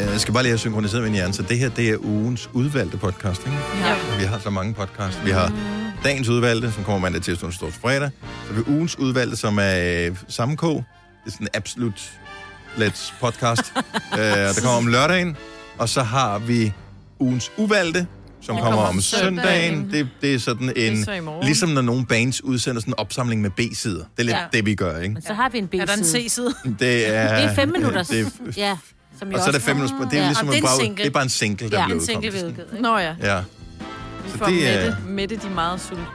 Øh, skal bare lige have synkroniseret min hjerne, så det her, det er ugens udvalgte podcast, ikke? Ja. Vi har så mange podcasts. Vi har dagens udvalgte, som kommer mandag, tirsdag, onsdag, torsdag, fredag. Så har vi ugens udvalgte, som er øh, sammenkog. Det er sådan en absolut lets podcast, øh, der kommer om lørdagen. Og så har vi ugens uvalgte, som kommer, kommer om søndagen. Det, det er sådan en... så i morgen. ligesom når nogle bands udsender sådan en opsamling med B-sider. Det er lidt Ja. det, vi gør, ikke? Så har vi en B-side. Er der en C-side? Det er, Det er fem minutter. Det er, Ja. Som jo og så er også det fem minutter. Det er Ja. ligesom Og det er en bare, single. det er bare en single, der Ja, ja, en bliver single ved udkommet. udgivet. Nå ja, Ja. vi Så får det er, Mette, Mette, de er meget sultne.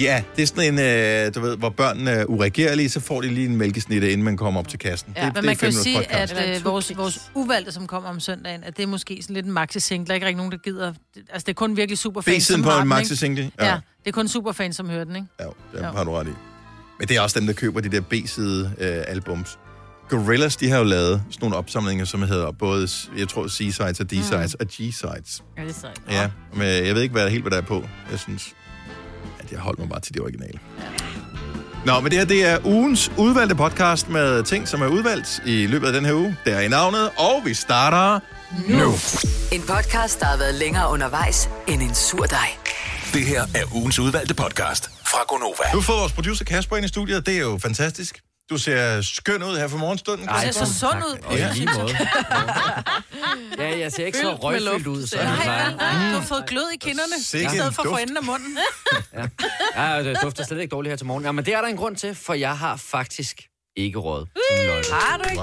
ja, det er sådan en, øh, du ved, hvor børnene er uregerlige, så får de lige en mælkesnitte, inden man kommer op til kassen. Ja, det, men det man er kan fem jo sige, minutters podcast. Eller en at øh, vores, tusind. vores uvalgte, som kommer om søndagen, at det er måske sådan lidt en maxi-single. Der er ikke rigtig nogen, der gider. Det- Altså, det er kun virkelig superfans, B-siden på har en den, ikke? maxi-single? Ja. ja. det er kun superfans, som hører den, ikke? Ja, det Jo. har du ret i. Men det er også dem, der køber de der B-side øh, albums. Gorillas, de har jo lavet sådan nogle opsamlinger, som hedder både, jeg tror, C-sides og D-sides mm. og G-sides. Ja, det er sejt. Ja, men jeg ved ikke hvad, helt, hvad der er på. Jeg synes, at jeg holdt mig bare til det originale. Nå, men det her, det er ugens udvalgte podcast med ting, som er udvalgt i løbet af den her uge. Der er i navnet, og vi starter nu. nu. En podcast, der har været længere undervejs end en sur dej. Det her er ugens udvalgte podcast fra Gonova. Nu har vi fået vores producer Kasper ind i studiet, det er jo fantastisk. Du ser skøn ud her for morgenstunden. ser Kasper. så sund ud. Og i lige måde. Ja, jeg ser ikke så Fyldt med røgfyldt luft, ud, som ser jeg jeg. plejer. Du har fået glød i kinderne, Sikke i stedet en for at få duft. enden af munden. Ja, det dufter slet ikke dårligt her til morgen. Ja, men det er der en grund til, for jeg har faktisk ikke råd. Mm. Har du ikke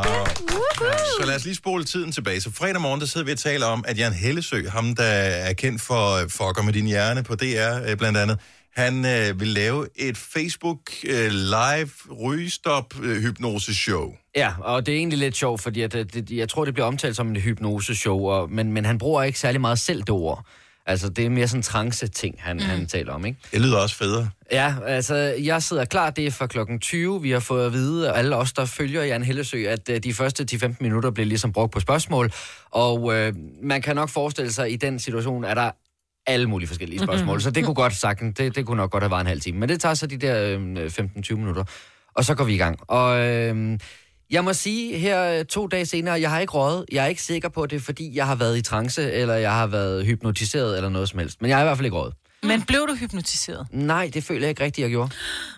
Wow. Så lad os lige spole tiden tilbage. Så fredag morgen, der sidder vi og taler om, at Jan Hellesø, ham der er kendt for øh, Fucker med din hjerne på DR øh, blandt andet, han øh, vil lave et Facebook øh, live rygestop øh, hypnose show. Ja, og det er egentlig lidt sjovt, fordi at, at, det, jeg tror, det bliver omtalt som et hypnoseshow, og, men, men han bruger ikke særlig meget selv det ord. Altså, det er mere sådan trance-ting, han, mm. han taler om, ikke? Det lyder også federe. Ja, altså, jeg sidder klar. Det er fra klokken 20. Vi har fået at vide, og alle os, der følger Jan Hellesø, at øh, de første 10-15 minutter bliver ligesom brugt på spørgsmål. Og øh, man kan nok forestille sig, at i den situation er der alle mulige forskellige spørgsmål. Så det kunne godt sagtens, det, det kunne nok godt have været en halv time. Men det tager så de der øh, 15-20 minutter, og så går vi i gang. Og øh, jeg må sige her øh, to dage senere, jeg har ikke røget. Jeg er ikke sikker på at det, er, fordi jeg har været i trance, eller jeg har været hypnotiseret, eller noget som helst. Men jeg har i hvert fald ikke røget. Men blev du hypnotiseret? Nej, det føler jeg ikke rigtigt, jeg gjorde.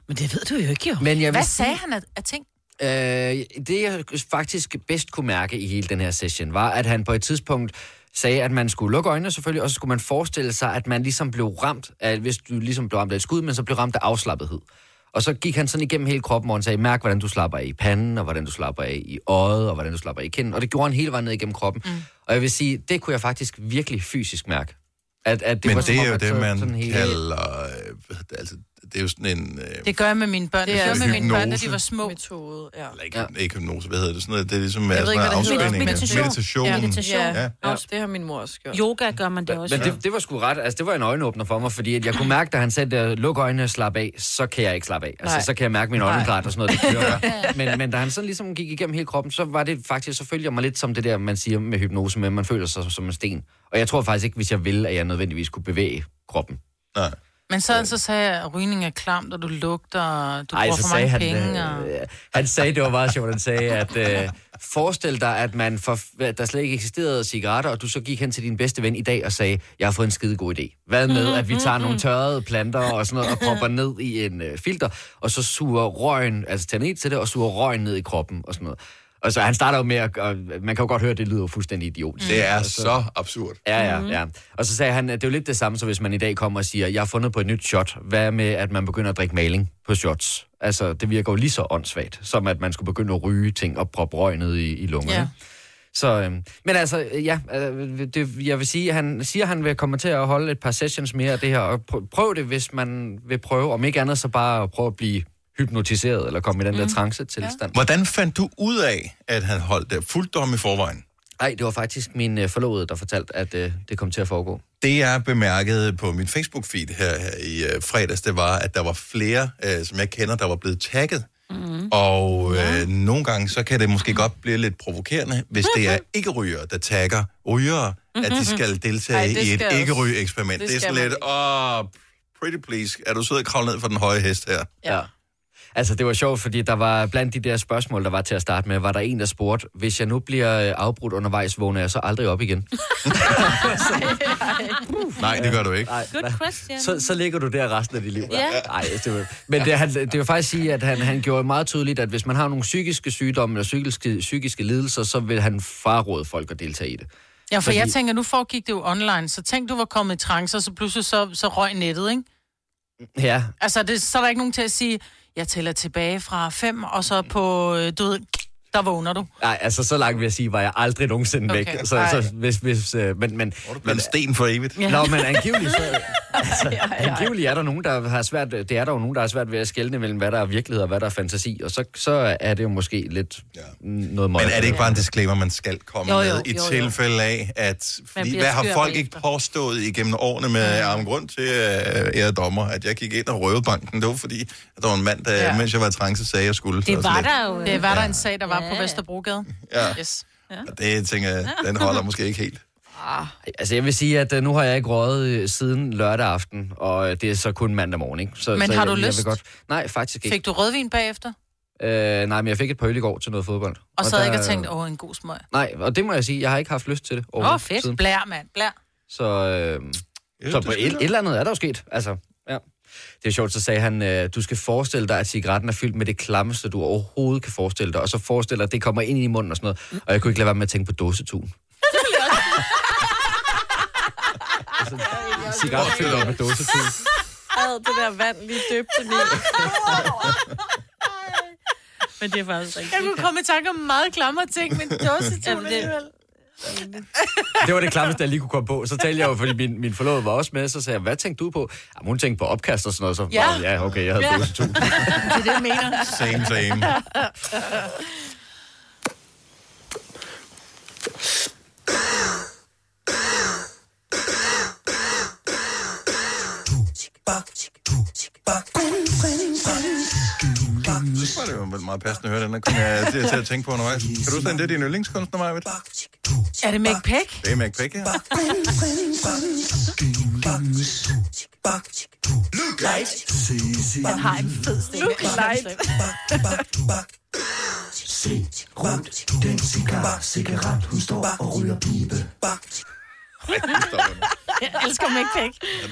Men det ved du jo ikke, jo. Men jeg vil Hvad sige- sagde han af, af ting? Øh, det jeg faktisk bedst kunne mærke i hele den her session, var, at han på et tidspunkt sagde, at man skulle lukke øjnene selvfølgelig, og så skulle man forestille sig, at man ligesom blev ramt af, hvis du ligesom blev ramt af et skud, men så blev ramt af afslappethed. Og så gik han sådan igennem hele kroppen, hvor han sagde, mærk, hvordan du slapper af i panden, og hvordan du slapper af i øjet, og hvordan du slapper af i kinden. Og det gjorde han hele vejen ned igennem kroppen. Mm. Og jeg vil sige, det kunne jeg faktisk virkelig fysisk mærke. At, at det Det Men var, det som er om, jo at det, så- man sådan hele- kalder... Øh, hvad hedder det, altså, det er jo sådan en... Øh, Det gør jeg med mine børn. Det, Det er gør jeg med mine hypnose. børn, da de var små. Metode, ja. eller ikke, ja. ikke hypnose, hvad hedder det? Sådan noget, det er ligesom er ved sådan ikke, noget hvad det hedder. afspænding. Meditation. Meditation. Ja, meditation. meditation. Ja, Ja. Også, det har min mor også gjort. Yoga gør man det også. Men det, det var sgu ret, altså det var en øjenåbner for mig, fordi at jeg kunne mærke, da han sagde, at luk øjnene og slap af, så kan jeg ikke slappe af. Altså, Nej. så kan jeg mærke min åndedræt og sådan noget, det kører. men, men da han sådan ligesom gik igennem hele kroppen, så var det faktisk, så følte jeg mig lidt som det der, man siger med hypnose, men man føler sig som en sten. Og jeg tror faktisk ikke, hvis jeg ville, at jeg nødvendigvis kunne bevæge kroppen. Nej. Men så, så sagde jeg, at rygning er klamt, og du lugter, og du Ej, bruger for mange penge. øh, og... han sagde, det var meget sjovt, han sagde, at øh, forestil dig, at man for, at der slet ikke eksisterede cigaretter, og du så gik hen til din bedste ven i dag og sagde, jeg har fået en skide god idé. Hvad med, Mhm, at vi tager nogle tørrede planter og sådan noget, og propper ned i en øh, filter, og så suger røgen, altså tager ned til det, og suger røgen ned i kroppen og sådan noget. Og så han starter jo med, at, og man kan jo godt høre, at det lyder jo fuldstændig Mm. idiotisk. Det er så absurd. Ja, ja, ja. Og så sagde han, at det er jo lidt det samme, som hvis man i dag kommer og siger, jeg har fundet på et nyt shot. Hvad med, at man begynder at drikke maling på shots? Altså, det virker jo lige så åndssvagt, som at man skulle begynde at ryge ting og proppe røg ned i, i lungerne. Ja. Ja. Så, øhm, men altså, øh, ja, øh, det, jeg vil sige, han siger, at han vil komme til at holde et par sessions mere af det her, og pr- prøv det, hvis man vil prøve, om ikke andet så bare prøve at blive hypnotiseret, eller komme i den der trance-tilstand. Hvordan fandt du ud af, at han holdt det? Fulgte du ham i forvejen? Nej, det var faktisk min øh, forlovede, der fortalte, at øh, det kom til at foregå. Det, jeg bemærkede på min Facebook-feed her, her i øh, fredags, det var, at der var flere, øh, som jeg kender, der var blevet tagget. Mm. Mm-hmm. Og øh, nogle gange, så kan det måske godt blive lidt provokerende, hvis det er ikke-rygere, der tagger rygere, at de skal deltage Ej, Ej, det i et skal også- ikke-ryge-eksperiment. Det, det det er skal sådan man lidt, åh, oh, pretty please, er du sød at kravle ned fra den høje hest her? Ja. Altså, det var sjovt, fordi der var blandt de der spørgsmål, der var til at starte med, var der en, der spurgte, hvis jeg nu bliver øh, afbrudt undervejs, vågner jeg så aldrig op igen? Nej, det gør du ikke. Nej, Good question. så, så ligger du der resten af dit liv. Ja. Nej, det var, men det, han, det vil faktisk sige, at han, han gjorde meget tydeligt, at hvis man har nogle psykiske sygdomme eller psykiske, psykiske lidelser, så vil han fraråde folk at deltage i Ja, det. for Fordi- Fordi... jeg tænker, nu foregik det jo online, så tænk, du var kommet i trancer, så pludselig så, så røg nettet, ikke? Ja, Altså, det, så er der ikke nogen til at sige, jeg tæller tilbage fra fem, og så på, øh, du ved, der vågner du. nej, altså så langt vil jeg sige, var jeg aldrig nogensinde okay. væk. Okay. Så, så, hvis, hvis, øh, men, men, Men sten for evigt. Nå, men angiveligt, så, altså, angiveligt er der nogen, der har svært, det er der jo nogen, der har svært ved at skelne mellem, hvad der er virkelighed og hvad der er fantasi, og så, så er det jo måske lidt ja. noget møg. Men er det ikke bare en disclaimer, man skal komme Jo, jo, jo, jo, med, i jo, jo. tilfælde af, at... Fordi, bliver hvad har skør folk ikke bagefter. påstået igennem årene med ja. armen grund til, øh, ære dommer, at jeg gik ind og røvede banken? Det var fordi, at der var en mand, der, ja. Ja. mens jeg var i trance, sagde, at jeg skulle. Det var der jo. Det var der en sag, der var på Ja. Vesterbrogade. Ja. Yes. Og det tænker jeg, den holder måske ikke helt. Altså, jeg vil sige, at øh, nu har jeg ikke røget øh, siden lørdag aften, og øh, det er så kun mandag morgen, ikke? Så, Men så har jeg, du jeg lyst? Vil godt... Nej, faktisk ikke. Fik du rødvin bagefter? Øh, nej, men jeg fik et par øl i går til noget fodbold. Og sad der- ikke og tænkte, åh, en god smøg. Nej, og det må jeg sige, jeg har ikke haft lyst til det Åh, overhovedet oh, fedt. siden. Blær, mand, blær. Så, øh, Ja, så det på skal et, der. et eller andet er der jo sket. Altså, ja. Det er sjovt, så sagde han, øh, du skal forestille dig, at cigaretten er fyldt med det klammeste, du overhovedet kan forestille dig. Og så forestiller dig, at det kommer ind i munden og sådan noget. Og jeg kunne ikke lade være med at tænke på dåsetun. Altså, Cigaret fyldt op med dåsetun. Ad, det der vand lige døbte ned. Men det er faktisk rigtigt. Jeg kunne komme i tanke om meget klamme ting, men dåsetun Jamen, det- alligevel. Det var det klammeste, jeg lige kunne komme på. Så talte jeg jo, fordi min, min forlovede var også med, så sagde jeg, hvad tænkte du på? Jamen, hun tænkte på opkast og sådan noget. Så, Ja. "Nå, ja okay, jeg havde ja. dåsetun. Det er det, jeg mener. Same, same. Det var det jo vel meget passende at høre den, der kom jeg til, til at tænke på undervejs. Kan du huske, den? det er din yndlingskunstner, Maja? Det Er det Mac Peck? er Mac Peck, ja. Han har en fed stemme. Look light. Jeg elsker mig ikke pæk. Det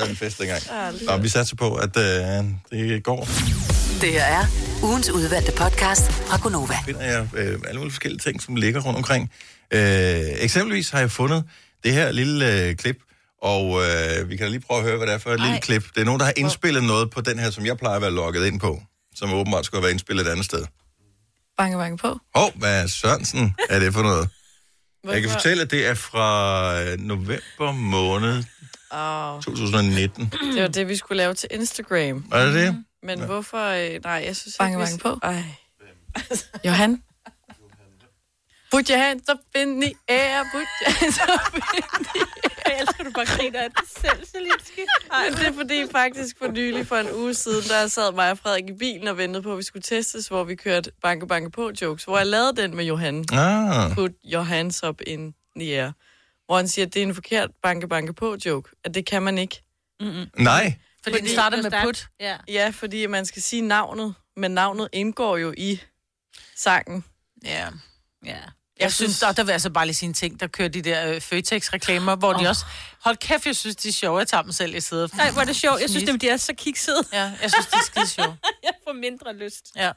var en fest dengang. Nå, vi satser på, at øh, det går. Det her er ugens udvalgte podcast fra Gonova. finder jeg øh, alle mulige forskellige ting, som ligger rundt omkring. Øh, eksempelvis har jeg fundet det her lille øh, klip, og øh, vi kan da lige prøve at høre, hvad det er for et Ej. lille klip. Det er nogen, der har indspillet noget på den her, som jeg plejer at være logget ind på, som åbenbart skulle være indspillet et andet sted. Banke, banke på. Hov, hvad er Sørensen er det for noget? Jeg kan Hvorfor? fortælle, at det er fra øh, november måned Åh, 2019. Det var det, vi skulle lave til Instagram. Er det det? Men hvorfor... øh, Nej, jeg synes Banke, ikke... vi- banke på. Ej. Johan? Put your hands up in the air, put your hands up in the Jeg elsker, du bare griner af det selv, Selinski. air. Men det er fordi faktisk for nylig, for en uge siden, der sad mig og Frederik i bilen og ventede på, at vi skulle testes, hvor vi kørte banke, banke på jokes, hvor jeg lavede den med Johan. Ah, Put your hands up in the air. Hvor han siger, at det er en forkert banke, banke på joke, at det kan man ikke. nej. Fordi den startede med put. Ja. Ja, fordi man skal sige navnet, men navnet indgår jo i sangen. Ja. ja. Jeg synes, og der vil jeg altså bare lige sige en ting, der kører de der øh, Føtex-reklamer, hvor oh. de også... Hold kæft, jeg synes, de er sjove. Jeg tager dem selv i sidder. Nej, hvor er det sjovt. Jeg synes, dem, de er så kiksede. Ja, jeg synes, de er skide sjove. Jeg får mindre lyst. Ja.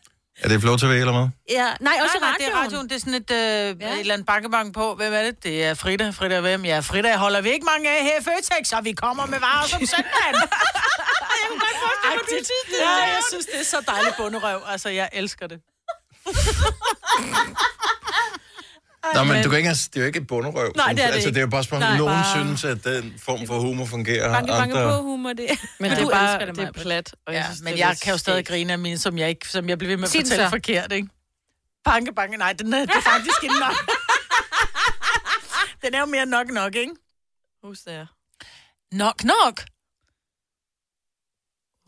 Er det Flow TV eller hvad? Ja. Nej, også Nej, nej, det er radioen. Det er sådan et, øh, ja. et eller andet bankebank på. Hvem er det? Det er Frida. Frida hvem? Ja, Frida holder vi ikke mange af her i Føtex, og vi kommer med varer som søndagen. Agtigt. Ja, jeg synes, det er så dejligt bunderøv. Altså, jeg elsker det. Nå, men du kan ikke, engang- det er jo ikke et bunderøv. Nej, det er det altså, det er jo bare spørgsmålet, om Nej, nogen bare- synes, at den form for humor fungerer. Banke, banke andre... på humor, det Men det er bare det, det er plat. Og Ja, synes, men det er jeg lidt kan jo stadig skægt. grine af mine, som jeg, ikke, som jeg blev ved med at Sig den fortælle så. forkert, ikke? Banke, banke, nej, den er, det er faktisk ikke nok. den er jo mere nok nok, ikke? Husk det her. Nok nok?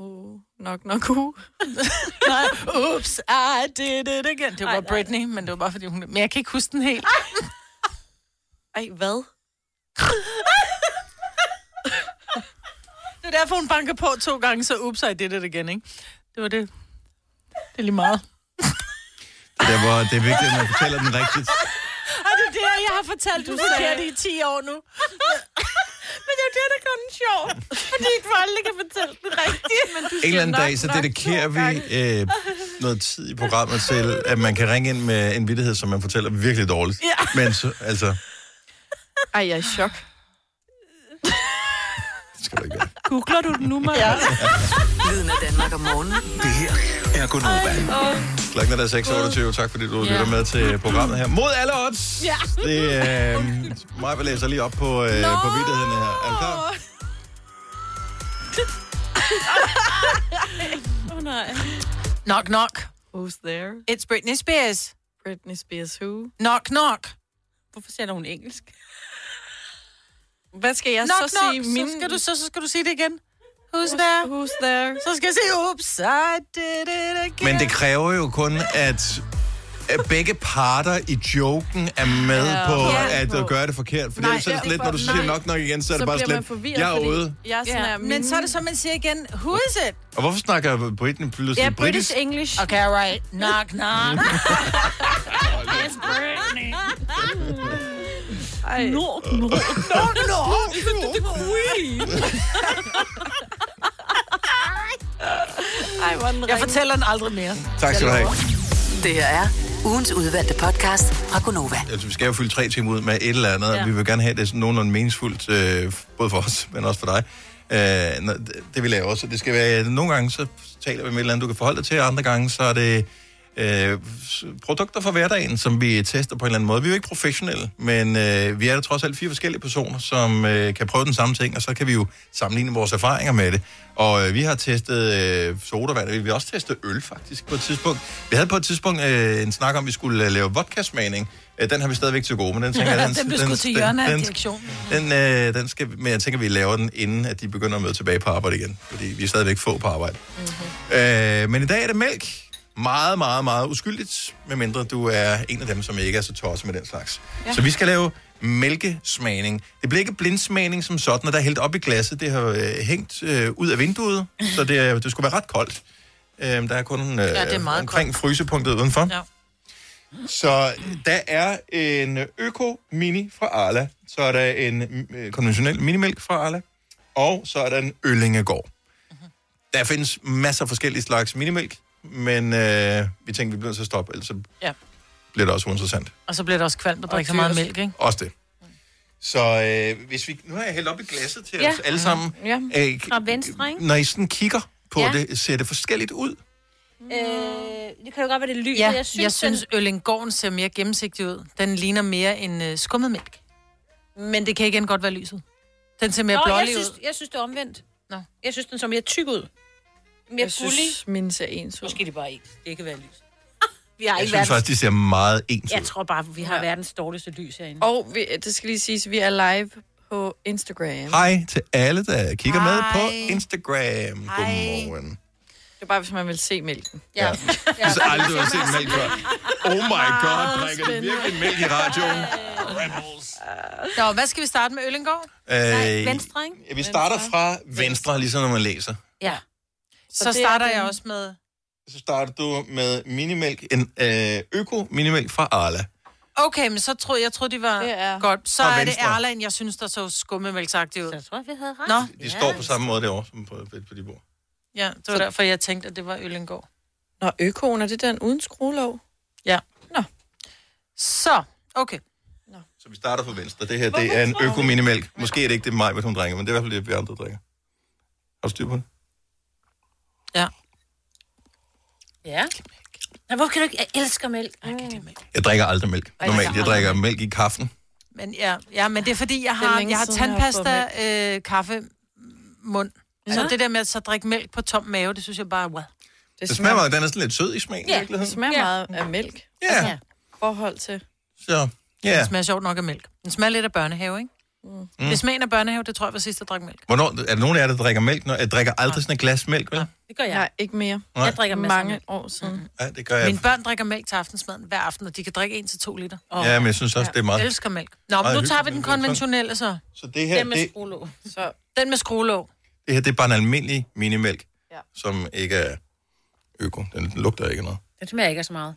Uh, nok, nok uh. Nej, oops, I did it again. Det var Britney, men det var bare fordi hun... Men jeg kan ikke huske den helt. Ej, hvad? Det er derfor, hun banker på to gange, så oops, I did it again, ikke? Det var det. er lige meget. Der, hvor det er vigtigt, at man fortæller den rigtigt. Og det er det, jeg har fortalt, du forkert i 10 år nu. Men det er jo det, der gør den sjov. Fordi du aldrig kan fortælle den rigtigt. Men du En eller anden dag, så dedikerer vi øh, noget tid i programmet til, at man kan ringe ind med en vittighed, som man fortæller virkelig dårligt. Ja. Men så, altså, det Ej, jeg er i chok. skal du ikke være. Googler du den nu, Maja? Lyden af Danmark om morgenen. Det her er Gonova. Klokken er da 6.28. Tak fordi du lytter med til programmet her. Mod alle odds! Ja. Det er... Øh, mig vil læse lige op på, øh, på vidtighederne her. Er du klar? Oh, nej. Knock, knock. Who's there? It's Britney Spears. Britney Spears who? Knock, knock. Hvorfor siger hun engelsk? Hvad skal jeg Knock, så knock. sige? Så skal du, så, så skal du sige det igen. Who's there? Who's there? Så skal jeg sige, oops, I did it again. Men det kræver jo kun, at at begge parter i joken er med ja, på Ja. at, at gøre det forkert. For det er Nej, jo sådan ja. lidt, når du siger nok nok igen, så er Så det bare bliver man slet, forvirret, jeg er fordi ude. jeg er sådan her, Ja, Men så er det så, man siger igen, who is it? Og hvorfor snakker Britney pludselig Ja, britisk? British English. Okay, all right. Knock, knock. Ej, Nord, nord. ej, hvor er den Jeg ringe. fortæller den aldrig mere. Tak skal du have. Det her er ugens udvalgte podcast fra Gonova. Altså, vi skal jo fylde tre timer ud med et eller andet, ja. og vi vil gerne have det sådan nogenlunde meningsfuldt, øh, både for os, men også for dig. Øh, når- det, det vil jeg også. Det skal være, nogle gange så taler vi med et eller andet, du kan forholde dig til, og andre gange så er det øh, s- produkter fra hverdagen, som vi tester på en eller anden måde. Vi er jo ikke professionelle, men øh, vi er der trods alt fire forskellige personer, som øh, kan prøve den samme ting, og så kan vi jo sammenligne vores erfaringer med det. Og øh, vi har testet øh, sodavand, og vi har også testet øl faktisk på et tidspunkt. Vi havde på et tidspunkt øh, en snak om, at vi skulle øh, lave vodka-smagning. Øh, den har vi stadigvæk til gode, men den tænker jeg... Den blev skudt til hjørne af direktionen. Den, øh, den skal, men jeg tænker, vi laver den, inden at de begynder at møde tilbage på arbejde igen. Fordi vi er stadigvæk få på arbejde. Mm-hmm. Øh, men i dag er det mælk. Meget, meget, meget uskyldigt, medmindre du er en af dem, som ikke er så tosset med den slags. Ja. Så vi skal lave mælkesmagning. Det bliver ikke blindsmagning som sådan, og der er hældt op i glasset. Det har øh, hængt øh, ud af vinduet, så det, er- det skulle være ret koldt. Øh, der er kun øh, ja, det er meget omkring frysepunktet udenfor. Ja. Så øh, der er en Øko Mini fra Arla, så er der en øh, konventionel minimælk fra Arla, og så er der en Øllingegård. Der findes masser af forskellige slags minimælk, men øh, vi tænkte, vi bliver nødt til at stoppe, ellers så Ja. bliver det også uinteressant. Og så bliver det også kvalmt at drikke så meget mælk, ikke? Også det. Så øh, hvis vi... Nu har jeg hældt op i glasset til ja. os alle sammen. Ja. Øh, Fra venstre, ikke? når I sådan kigger på ja. Ja. det, ser det forskelligt ud? Øh, det kan jo godt være, det er lys. Ja, jeg synes, jeg synes Øllengården ser mere gennemsigtig ud. Den ligner mere en øh, skummet mælk. Men det kan igen godt være lyset. Den ser mere Nå, jeg blålig synes, ud. jeg synes, det er omvendt. Nå. Jeg synes, den så mere tyk ud. Mere Jeg gullig. synes, min ser ens ud. Måske det bare ikke. Det kan være lys. Vi har Jeg ikke synes verdens... faktisk, de ser meget ens Jeg ud. tror bare, vi har verdens dårligste lys herinde. Og vi, det skal lige siges, vi er live på Instagram. Hej til alle, der kigger Hej. med Hej. på Instagram. Godmorgen. Det er bare, hvis man vil se mælken. Ja. Jeg har aldrig du har set mælk før. Oh my god, drikker du virkelig mælk i radioen? Nå, hvad skal vi starte med Øllengård? Øh, Venstre, ikke? ja, vi starter fra venstre, ligesom når man læser. Ja. Så, det er starter den- jeg også med... Så starter du med minimælk, en øh, øko-minimælk fra Arla. Okay, men så troede jeg, troede, de var Det er- godt. Så Og er det venstre. Erlen, jeg synes, der så skummemælksagtigt ud. Jeg tror, vi havde ret. Nå, De står på samme måde derovre, som på, på de bord. ja, det var derfor, jeg tænkte, at det var Øllengård. Nå, økoen, er det den uden skruelov? Så, okay. Så vi starter fra venstre. Det her, det er en øko-minimælk. Måske er det ikke det mig, hvad hun drikker, men det er i hvert fald det, vi andre drikker. Har du styr på det? Ja. Ja. Nå, hvorfor kan du ikke... Jeg elsker mælk. Okay. Jeg drikker aldrig mælk. Normalt, jeg drikker mælk i kaffen. Men, ja, ja, men det er fordi, jeg er har, længe jeg har siden, jeg har tandpasta, øh, kaffe, mund. Så det der med at så drikke mælk på tom mave, det synes jeg bare er wow. Det smager meget, den er sådan lidt sød i smagen. i Ja, Det virkeligheden. smager Ja. meget af mælk i Ja, forhold til... så... Ja. Det smager sjovt nok af mælk. Den smager lidt af børnehave, ikke? Mm. Det smager af børnehave, det tror jeg var sidst, jeg drak mælk. Hvornår, er der nogen af jer, der drikker mælk? Når, jeg drikker aldrig sådan et glas mælk, vel? Det gør jeg. Nej, ikke mere. Nej. Jeg drikker masser af Mange altså, mælk. år siden. mm-hmm. Ja, det gør jeg. Mine børn drikker mælk til aftensmaden hver aften, og de kan drikke 1-2 liter. Og Ja, men jeg synes også, det er jeg meget. elsker mælk. Nå, men Ej, nu tager vi hyggeligt, men sådan. den konventionelle så. Så det her, Den med det, skruelåg. Så Den med skruelåg. det her, det er bare en almindelig minimælk, Ja. som ikke er øko. Den lugter ikke af noget. Den smager ikke af så meget.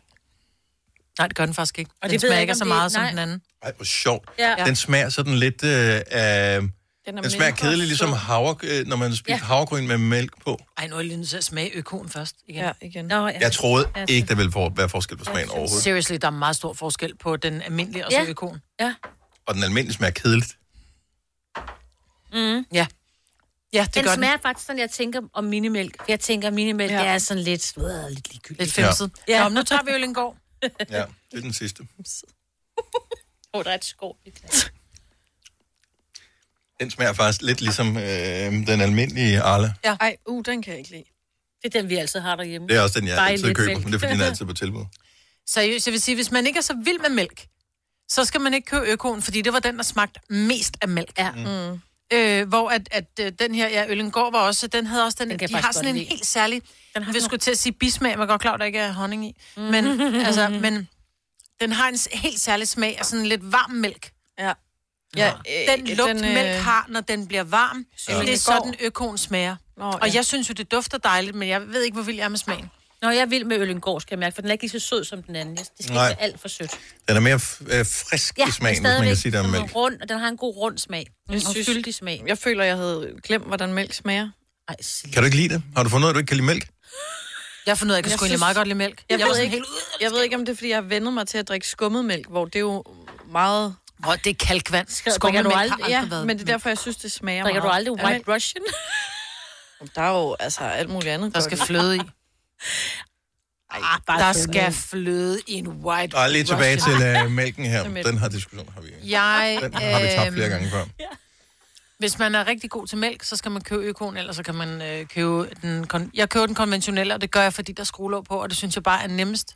Nej, det gør den faktisk ikke. Og Og det den ved jeg smager ikke ikke, om så det- meget som nej. den anden. Ej, hvor sjovt. Ja. Den smager sådan lidt øh, af... Den, den smager kedelig, ligesom havre, øh, når man spiser Ja. ja. havregryn med mælk på. Ej, nu er jeg lige nødt til at smage økoen først igen. Ja, igen. Nå, ja. Jeg troede Ja, ikke, der ville for, være forskel på smagen overhovedet. Seriously, der er meget stor forskel på den almindelige og så Ja. økoen. Ja. Og den almindelige smager kedeligt. Ja. Ja, det Den gør smager faktisk sådan, jeg tænker om minimælk. Jeg tænker, minimælk ja. Ja. det er sådan lidt, øh, lidt ligegyldigt. den. Lidt femset. Ja. Nå, men nu tager vi Øllengård. Ja, det er den sidste. Åh, oh, der er et skov. Den smager faktisk lidt ligesom øh, den almindelige Arla. Ej, uh, den kan jeg ikke lide. Det er den, vi altid har derhjemme. Det er også den, jeg Bare i altid lidt køber, mælk. men det er fordi, den er altid på tilbud. Seriøst, jeg vil sige, hvis man ikke er så vild med mælk, så skal man ikke købe økoen, fordi det var den, der smagte mest af mælk. Ja. Mm. Øh, hvor at, at øh, den her, ja, Øllengård var også, den havde også den, den Den kan jeg de faktisk har sådan en godt lide. helt særlig, den har vi skulle til at sige bismag, man går klart, der ikke er honning i, mm. men, altså, men den har en s- helt særlig smag af sådan lidt varm mælk. Ja. Ja, øh, Den lugt, den, øh, mælk har, når den bliver varm, ja. det er Øllengård. sådan, økoen smager. Nå, Og ja. jeg synes jo, det dufter dejligt, men jeg ved ikke, hvor vild jeg er med smagen. Nå, jeg er vild med Øllengård, skal jeg mærke, for den er ikke lige så sød som den anden. Jeg- Det skal Nej. ikke være alt for sødt. Den er mere f- øh, frisk i smagen, hvis man kan sige, der er sådan mælk. rund, og den har en god rund smag. Jeg synes, og synes- fyldig smag. Jeg føler, jeg havde glemt, hvordan mælk smager. Ej, Silje. Kan du ikke lide det? Har du fundet ud af, at du ikke kan lide mælk? Jeg finder ud af, at jeg kan sgu egentlig meget godt lide mælk. Jeg, var jeg, ved, sådan ikke, helt- jeg ved ikke, om det er, fordi jeg har vendet mig til at drikke skummet mælk, hvor det er jo meget... Hvor det er kalkvand. drikker Skummet du mælk har aldrig- aldrig Ja, været. men det er derfor, jeg synes, det smager Drikker du meget. aldrig af White Russian? mælk. Der er jo altså alt muligt andet. der godt skal i. fløde i. Ej, bare der skummet. skal fløde i en white Nej, lige tilbage Russian. til øh, mælken her. Den her diskussion har vi. Jeg, Den har vi tabt øhm, flere gange før. Hvis man er rigtig god til mælk, så skal man købe økoen, eller så kan man øh, købe den... Kon- jeg køber den konventionelle, og det gør jeg, fordi der er skruelåg på, og det synes jeg bare er nemmest.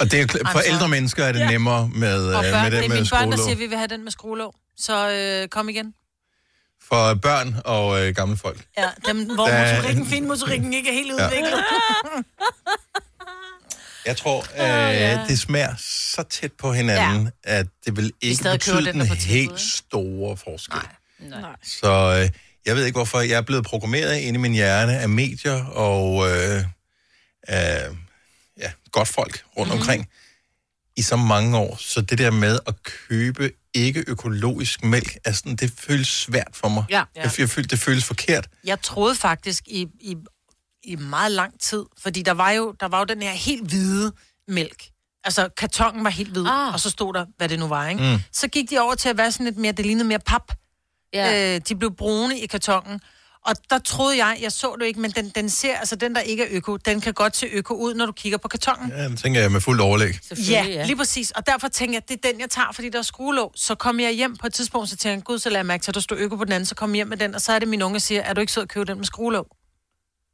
Og det er jo kl- for I'm sorry. ældre mennesker er det nemmere med, øh, Altså. Og børn, med det det med er mine børn, der skruelåg. siger, at vi vil have den med skruelåg. Så øh, kom igen. For børn og øh, gamle folk. Ja, dem, hvor Der er- motorikken, fin motorikken ikke er helt udviklet. Jeg tror, øh, ja. det smager så tæt på hinanden, ja. at det vil ikke stadig køber betyde den, den, der den er på tilbud, helt ikke? store forskel. Nej. Nej. Så øh, jeg ved ikke, hvorfor jeg er blevet programmeret inde i min hjerne af medier og øh, af ja, godt folk rundt mm. omkring i så mange år. Så det der med at købe ikke økologisk mælk, er sådan, det føles svært for mig. Ja. Jeg, jeg føler, det føles forkert. Jeg troede faktisk i, i, i meget lang tid, fordi der var, jo, der var jo den her helt hvide mælk. Altså, kartongen var helt hvid, Ah. ah. og så stod der, hvad det nu var, ikke? Mm. Så gik de over til at være sådan lidt mere, det lignede mere pap. Ja. Ja. Øh, de blev brune i kartongen. Og der troede jeg, jeg så det ikke, men den, den ser, altså den der ikke er øko, den kan godt se øko ud, når du kigger på kartongen. Ja, det tænker jeg med fuldt overlæg. Ja, Selvfølgelig, ja, lige præcis. Og derfor tænker jeg, at det er den, jeg tager, fordi der er skruelåg. Så kom jeg hjem på et tidspunkt, så tænkte jeg, gud, så lader jeg mærke til, at der stod øko på den anden, så kom jeg hjem med den, og så er det min unge, der siger, er du ikke sød at købe den med skruelåg?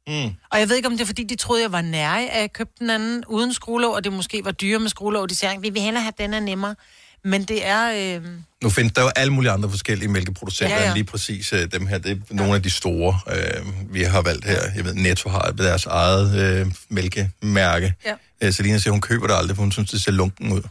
Mm. Og jeg ved ikke, om det er, fordi de troede, jeg var nære af at købe den anden uden skruelåg, og det måske var dyre med skruelåg. De siger, vi vil hellere have den er nemmere. Men det er... Øh... Nu findes der jo alle mulige andre forskellige mælkeproducenter ja, Ja, ja. ja. end lige præcis øh, dem her. Det er nogle af de store, øh, vi har valgt her. Jeg ved, Netto har deres eget øh, mælkemærke. Ja. Ja. Øh, Selina siger, hun køber det aldrig, for hun synes, det ser lunken ud.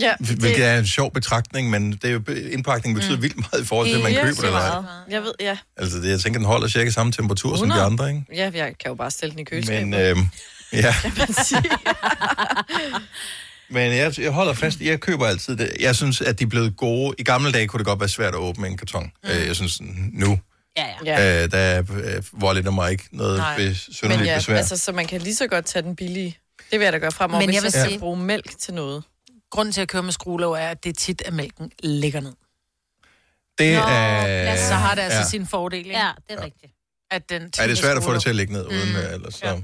Ja, Hvilket er en sjov betragtning, men det er jo, indpakningen betyder mm. vildt meget i forhold til, at man Ja, køber det. Eller. ej. Jeg ved, ja. Altså, det, jeg tænker, den holder cirka samme temperatur som de 100. andre, ikke? Ja, jeg kan jo bare stille den i køleskabet. Men, øh, ja. Men jeg, jeg holder fast, i- jeg køber altid det. Jeg synes, at de er blevet gode. I gamle dage kunne det godt være svært at åbne en karton. Mm. Jeg synes nu, Ja, ja. ja. øh, der er øh, voldeligt og mig ikke noget Nej. besynderligt Men ja, ja, besvær. Altså... altså, så man kan lige så godt tage den billige. Det vil jeg da gøre fremover, Men Men jeg jeg hvis vil jeg skal sige- bruge mælk til noget. Grunden til at køre med skruelåg er, at det er tit, at mælken ligger ned. Det Nå, er... Så har det altså ja. ja. sin fordel, ikke? ja, det er rigtigt. At den Ja, det er svært at få det til at ligge ned uden, mm. eller så. Ja.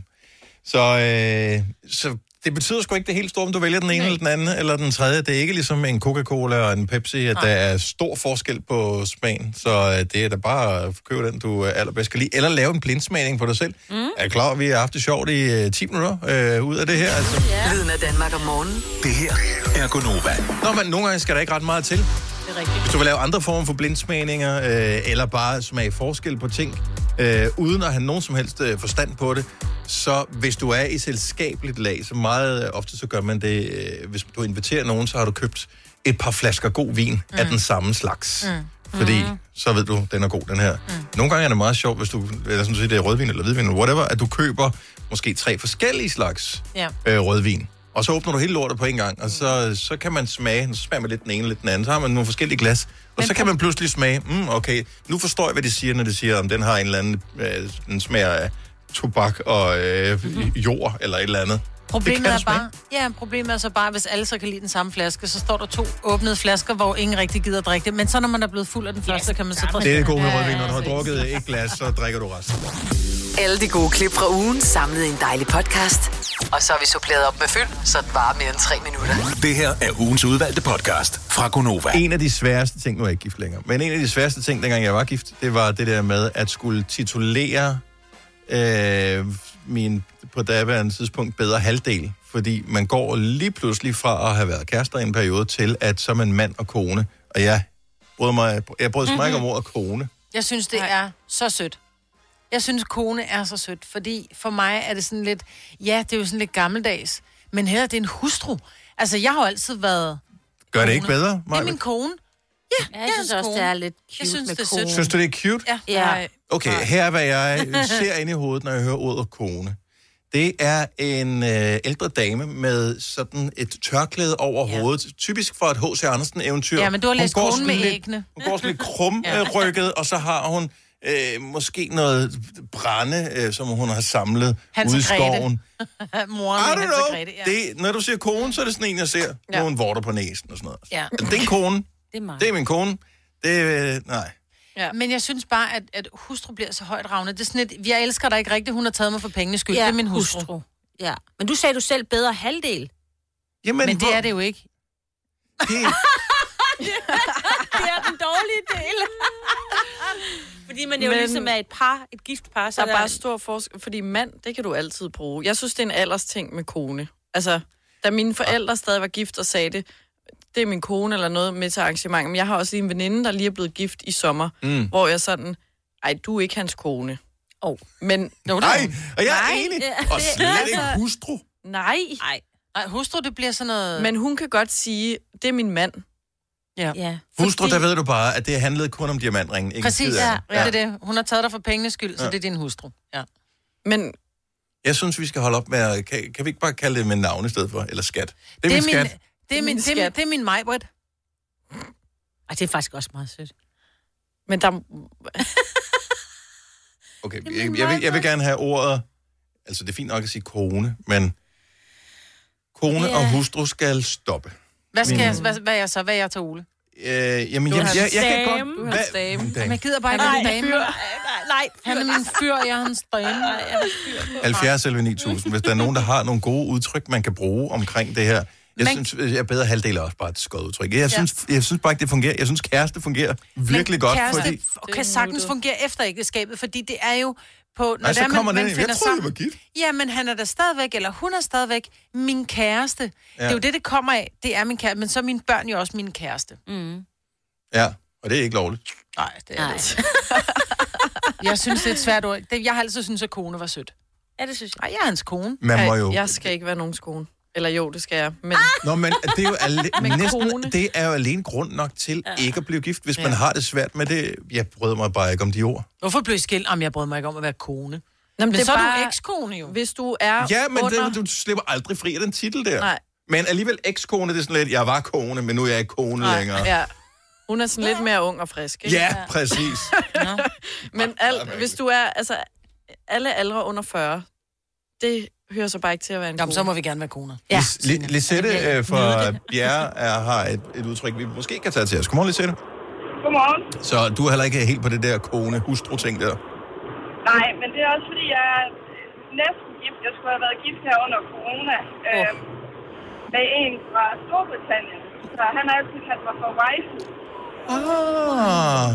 Så, øh, så det betyder sgu ikke det helt store, om du vælger den ene eller den anden, eller den tredje. Det er ikke ligesom en Coca-Cola og en Pepsi, at der er stor forskel på smagen. Så øh, det er da bare at købe den, du øh, allerbedst kan lide. Eller lave en blindsmagning på dig selv. Mm. Er du klar, at vi har haft det sjovt i øh, 10 minutter øh, ud af det her? Altså, Lyden af Danmark om morgenen. Det her er Gonova. Nå, men nogle gange skal der ikke ret meget til. Hvis du vil lave andre former for blindsmagninger, øh, eller bare smage forskel på ting, øh, uden at have nogen som helst øh, forstand på det, så hvis du er i selskabeligt lag, så meget øh, ofte så gør man det, øh, hvis du inviterer nogen, så har du købt et par flasker god vin mm. af den samme slags. Mm. Fordi mm. så ved du, den er god, den her. Mm. Nogle gange er det meget sjovt, hvis du, eller sådan set, det er rødvin eller hvidvin, eller whatever, at du køber måske tre forskellige slags Ja. øh, rødvin. Og så åbner du hele lortet på en gang, og så, så kan man smage, så smager man lidt den ene, lidt den anden, så har man nogle forskellige glas, og så kan man pludselig smage, mm, okay, nu forstår jeg, hvad de siger, når de siger, om den har en eller anden, øh, den smager af tobak og øh, jord, eller et eller andet. Det Problemet kan du er smage. bare, ja, problemet er så bare, hvis alle så kan lide den samme flaske, så står der to åbnede flasker, hvor ingen rigtig gider at drikke det. Men så når man er blevet fuld af den første, kan man så drikke Det er det den. gode med rødvin, når du har drukket et glas, så drikker du resten. Alle de gode klip fra ugen samlet i en dejlig podcast. Og så har vi suppleret op med fyld, så det varer mere end tre minutter. Det her er ugens udvalgte podcast fra Gonova. En af de sværeste ting, nu er jeg ikke gift længere, men en af de sværeste ting, dengang jeg var gift, det var det der med at skulle titulere øh, min på daværende tidspunkt bedre halvdel. Fordi man går lige pludselig fra at have været kærester i en periode til, at så er man mand og kone. Og jeg brød mig, jeg brød mig Mhm. ikke om ordet kone. Jeg synes, det er så sødt. Jeg synes, kone er så sødt, fordi for mig er det sådan lidt, ja, det er jo sådan lidt gammeldags, men her er det en hustru. Altså, jeg har jo altid været... Gør det ikke Kone. bedre? Det er Maja? min kone. Ja, jeg synes også, det er lidt cute Jeg synes, med det er sødt. kone. Synes du, det er cute? Ja. Ja. Okay, her er, hvad jeg ser ind i hovedet, når jeg hører ordet kone. Det er en øh, ældre dame med sådan et tørklæde over ja. hovedet, typisk for et H.C. Andersen-eventyr. Ja, men du har Hun læst går Konen sådan med lidt- æggene. Hun går sådan lidt krumrykket, ja. og så har hun øh, måske noget brænde, øh, som hun har samlet Hans ude i og Grete. skoven. I Moren don't med Hans og know. Grete, ja. Det, når du siger kone, så er det sådan en, jeg ser. Ja. Nogle vorter på næsen og sådan noget. Ja. Det er en kone. Det er mig. Det er min kone. Det er... Øh, nej. Men jeg synes bare, at, at hustru bliver så højt ravnet. Det er sådan lidt, jeg elsker dig ikke rigtigt, hun har taget mig for pengenes skyld. Ja, det er min hustru. hustru. Ja. Men du sagde du selv bedre halvdel. Jamen, Men det er det jo ikke. det Det er den dårlige del. Fordi man jo Men- ligesom er et par, et gift par, så Der er bare stor forskel, fordi mand, det kan du altid bruge. Jeg synes, det er en aldersting med kone. Altså, da mine forældre stadig var gift og sagde det, det er min kone eller noget med til arrangement, men jeg har også lige en veninde, der lige er blevet gift i sommer, mm. hvor jeg sådan, ej, du er ikke hans kone. Oh. Men, no, Nej, og jeg er Nej, enig. det- Og slet ikke altså- hustru. nej, Nej. Nej, hustru, det bliver sådan noget... men hun kan godt sige, det er min mand. Ja. Hustru, der ved du bare, at det handlede kun om diamantringen. Ikke en Præcis, skid ja, andet. ja. Det er det. Hun har taget dig for pengenes skyld, så Ja. ja. det er din hustru. Ja. Men Jeg synes, vi skal holde op med at... Kan, kan vi ikke bare kalde det med navn i stedet for? Eller skat. Det er, Det min er min, skat. det er min, det er min, det er min majbrit. Ej, det er faktisk også meget sødt. Men der... Okay, jeg, jeg, vil, jeg vil gerne have ordet... Altså, det er fint nok at sige kone, men... Kone yeah. og hustru skal stoppe. Hvad skal jeg, hvad, hvad er jeg så? Hvad er jeg til Ole? Øh, jamen, jamen, jeg, jeg kan dame. godt... Du er hans dame. Men jeg Hvad? gider bare ikke være en dame. Nej, Han er min fyr, jeg er hans dame. 70 eller 9000, hvis der er nogen, der har nogle gode udtryk, man kan bruge omkring det her. Jeg Man- synes, jeg er bedre halvdel er også bare et skødt udtryk. Jeg synes, jeg synes bare ikke, det fungerer. Jeg synes, kæreste fungerer virkelig godt, kæreste fordi... f- kan sagtens fungere efter ægteskabet, fordi det er jo på... Når Nej, det så er, kommer man, den man ind. Jeg finder troede, det var sammen- gift. Ja, men han er da stadigvæk, eller hun er stadigvæk min kæreste. Ja. Det er jo det, det kommer af. Det er min kæreste, men så er mine børn jo også min kæreste. Mm. Ja, og det er ikke lovligt. Nej, det er det. jeg synes, det er et svært ord. Det, jeg har altid syntes, at kone var sødt. ja, det synes jeg. Nej, jeg er hans kone. Man må jo... Ej, Øh, jeg skal ikke være nogens kone. Eller jo, det skal jeg. Men Nå, men det er jo alle... næsten, kone. det er jo alene grund nok til ikke at blive gift, hvis man har det svært med det. Jeg bryder mig bare ikke om de ord. Hvorfor blev I skilt? Om jeg brød mig ikke om at være kone. Nå, men Men det så er bare... du eks- ekskone jo. hvis du er Ja, men under... det, du slipper aldrig fri af den titel der. Nej. Men alligevel ekskone, det er sådan lidt, jeg var kone, men nu er jeg ikke kone Nej, længere. Ja. Ja. Hun er sådan lidt mere ung og frisk, ikke? ja, præcis. Men al, hvis du er, altså, alle aldre under 40, det hører så bare ikke til at være en Jamen, Jamen, så må vi gerne være koner. Ja. Lisette øh, fra Bjerre er, har et, et udtryk, vi måske kan tage til os. Godmorgen, Lisette. Godmorgen. Så du er heller ikke helt på det der kone-hustru-ting der. Nej, men det er også fordi, jeg er næsten gift. Jeg skulle have været gift her under corona øh, med en fra Storbritannien. Så han har altid kaldt mig for wife. Ah.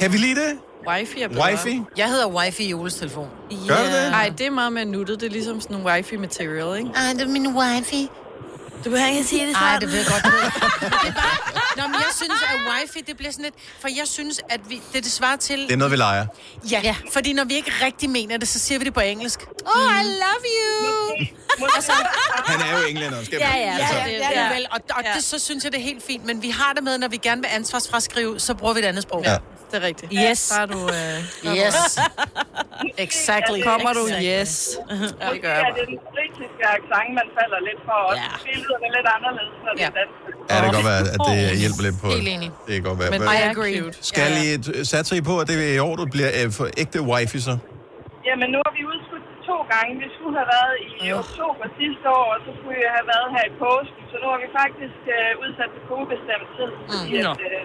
Kan vi lide det? Wifi er bedre. Wifey? Jeg hedder wifi i Jules telefon. Gør du det? Ej, det er meget mere nuttet. Det er ligesom sådan en wifi Ah. øh- material, ikke? Ej, det er min wifi. Du behøver ikke sige det sådan. Ej, det ved jeg godt. du ved. det er bare, Nå, men jeg synes, at wifi, det bliver sådan lidt... For jeg synes, at vi, det, det svarer til... Det er noget, vi leger. Ja, ja, fordi når vi ikke rigtig mener det, så siger vi det på engelsk. Oh, I love you! og så... Han er jo englænder, skal Ja, ja, Altså, ja, Det er det vel, og, og ja. det, så synes jeg, det er helt fint. Men vi har det med, når vi gerne vil ansvarsfraskrive, så bruger vi et andet sprog. Ja. Det er rigtigt. Yes. Der er du... Øh... Yes. exactly. Kommer du? Exactly. Yes. Ja, det gør Ja, jeg det bare. er den britiske accent, man falder lidt for. Og Ja. det lyder lidt anderledes, når det er dansk. Ja, det kan godt være, at det hjælper lidt på. Helt enig. Det kan godt være. Men Hvad- I agree. Skal I øh, satse I på, at det er i år, du bliver øh, for ægte wifi så? Jamen, nu har vi udskudt det to gange. Vi skulle have været i oktober sidste år, og så skulle vi have været her i påsken. Så nu har vi faktisk øh, udsat det på ubestemt tid. Fordi nå. at, øh,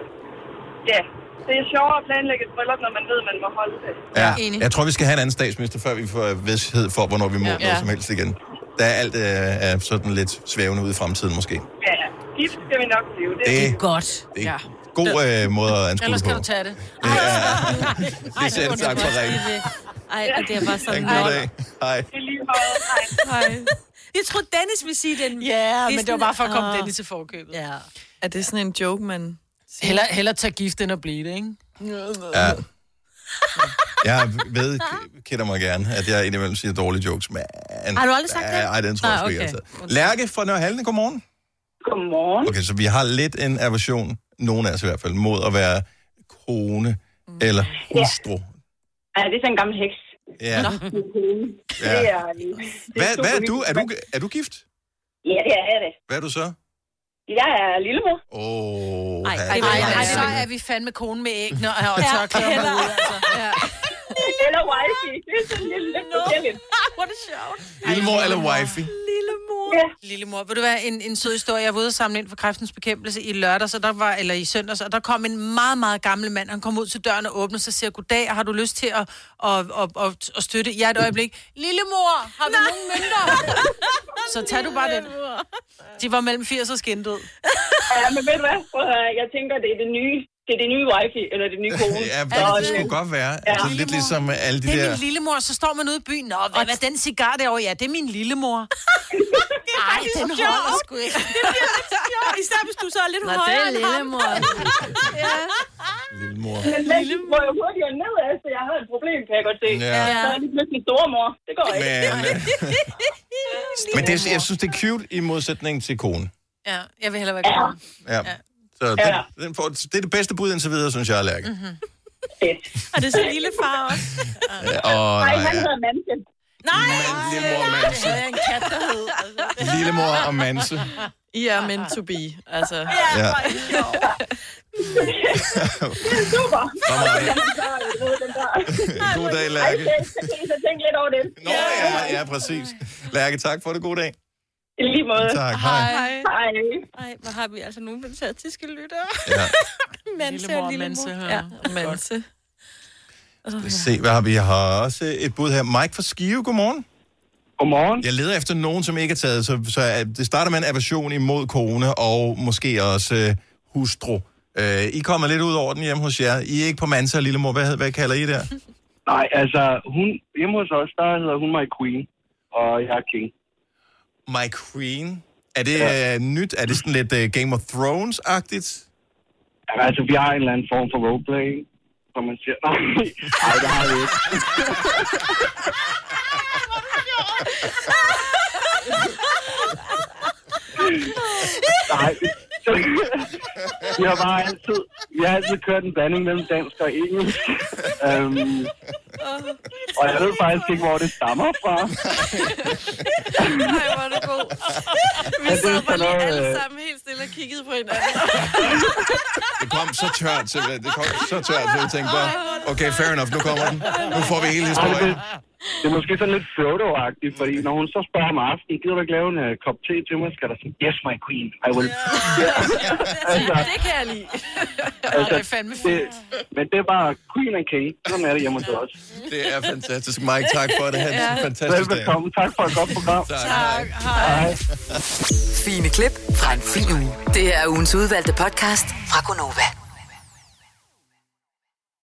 ja, det er sjovere at planlægge et bryllup, når man ved, man må holde det. Ja. Enig. Jeg tror, vi skal have en anden statsminister, før vi får vidshed for, hvornår vi må ja. noget som helst igen. Der er alt øh, er sådan lidt svævende ude i fremtiden måske. Det, Ja, gift skal vi nok blive. Det, det det. er Godt. en ja. god øh, måde at anskue Ellers det på. kan du tage det. Det ser det tak for ringen. Ej, og det er bare Ha' sådan... En god dag. Hej. Det er lige meget. Hej. Jeg troede, Dennis ville sige den. Ja, er men det var sådan- bare for at komme Åh. Dennis til forkøbet. Ja. Er det sådan en joke, man... Heller, heller tage gift end at blive det, ikke? Ja. Jeg ved, kender mig gerne, at jeg indimellem siger dårlige jokes, men... Har du aldrig sagt det? Nej, den tror jeg Nej, sgu ikke, jeg okay. har taget. Lærke fra Nørre Halden, godmorgen. Godmorgen. Okay, så vi har lidt en aversion, nogen af os i hvert fald, mod at være kone Mm. eller hustru. Ja, det er sådan en gammel heks. Ja. Ja. Det ja. er, det Hvad, hvad er super du? Er du, er du gift? Ja, det er det. Hvad er du så? Jeg er lillemor. Åh, oh, Ej, det ej, Nej, ej, nej, ej. så er vi fandme kone med æg, når jeg har tørklæder med ud, altså. Eller wifi. Det er sådan lidt lidt forskelligt. Hvor er det sjovt. Lillemor eller wifey? Ja. Lille mor, vil du være en, en sød historie? Jeg var ude og samle ind for kræftens bekæmpelse i lørdags, og der var, eller i søndags, og der kom en meget, meget gammel mand. Han kom ud til døren og åbnede sig og siger, goddag, har du lyst til at, at, at, at, at støtte jer et øjeblik? Lille mor, har du nogen mønter? så tag du bare den. De var mellem 80 og skændt ud. Ja, men ved du hvad? Prøv at høre. Jeg tænker, det er det nye, det er det nye wifi, eller det nye kone. Ja, det, Så, det skulle godt være. Ja. Altså, lidt ligesom alle de Det er der... min lillemor, så står man ude i byen. Nå, hvad, hvad er den cigar derovre? Ja, det er min lillemor. Ej, den holder sgu ikke. Især hvis du så er lidt Nå, det højere er end lille ham. mor. Lillemor. Men den går jo hurtigere nedad, så jeg har et problem, kan jeg godt se. Ja. Så er det pludselig stormor. Det går ikke. Men, øh, men det, jeg synes, det er cute i modsætning til kone. Ja, jeg vil hellere være kone. Ja. Så den, den får, det er det bedste bud indtil videre, synes jeg, Lærke. Mhm. Mm-hmm. Fedt. Og det er så lille far også. Og, Nej, nej, han ja. hedder Mansen. Lillemor og Manse. Det er en kat, der hed. Lillemor og Manse. I er meant to be. Altså, Ja. Super. Fremragende. Den der. God dag, Ej, Lærke. fedt. Så kan I så tænke lidt over det. Nå, ja, ja, præcis. Lærke, tak for det. God dag. I lige måde. Tak. Hej. Hej. Hej. Ej, hvor har vi altså nogle fantastiske lyttere. Ja. Manse Lillemor og og lillemor. Manse, Ja. manse. Lad os se, hvad har vi? Jeg har også et bud her. Mike fra Skive, godmorgen. Godmorgen. Jeg leder efter nogen, som ikke er taget, så, så øh, det starter med en aversion imod kone og måske også øh, hustru. Øh, I kommer lidt ud over den hjemme hos jer. I er ikke på Mansa og Lillemor. Hvad, hvad kalder I der? Nej, altså, hun, hjemme hos os, der hedder hun mig Queen, og jeg er King. My Queen. Er det øh, nyt? Er det sådan lidt øh, Game of Thrones-agtigt? Jamen, Altså, vi har en eller anden form for roleplay, ikke? som man siger. Nej, nej, det har vi ikke. Nej, vi har bare altid, vi har altid kørt en blanding mellem dansk og engelsk. Øhm, og jeg ved faktisk ikke, hvor det stammer fra. Ej, hvor er det god. Vi det er sad sådan bare lige noget, alle øh, sammen helt stille og kiggede på hinanden. Det kom så tørt, så det kom så tørt, så jeg tænkte bare, okay, fair enough, nu kommer den. Nu får vi hele Ej, historien. det, det er måske sådan lidt Frodo-agtigt, fordi når hun så spørger om aftenen, gider du ikke lave en uh, kop te til mig, skal der sige, yes, my queen, I will. altså, Det kan jeg lide. altså, Det er fandme det, fint. men det er bare queen and king, sådan er det hjemme hos os. Det er fantastisk. Mike, tak for det. Ha' en fantastisk dag. Velbekomme, tak for et godt program. Tak. Fine klip fra en fin uge. Det her er ugens udvalgte podcast fra Gonova.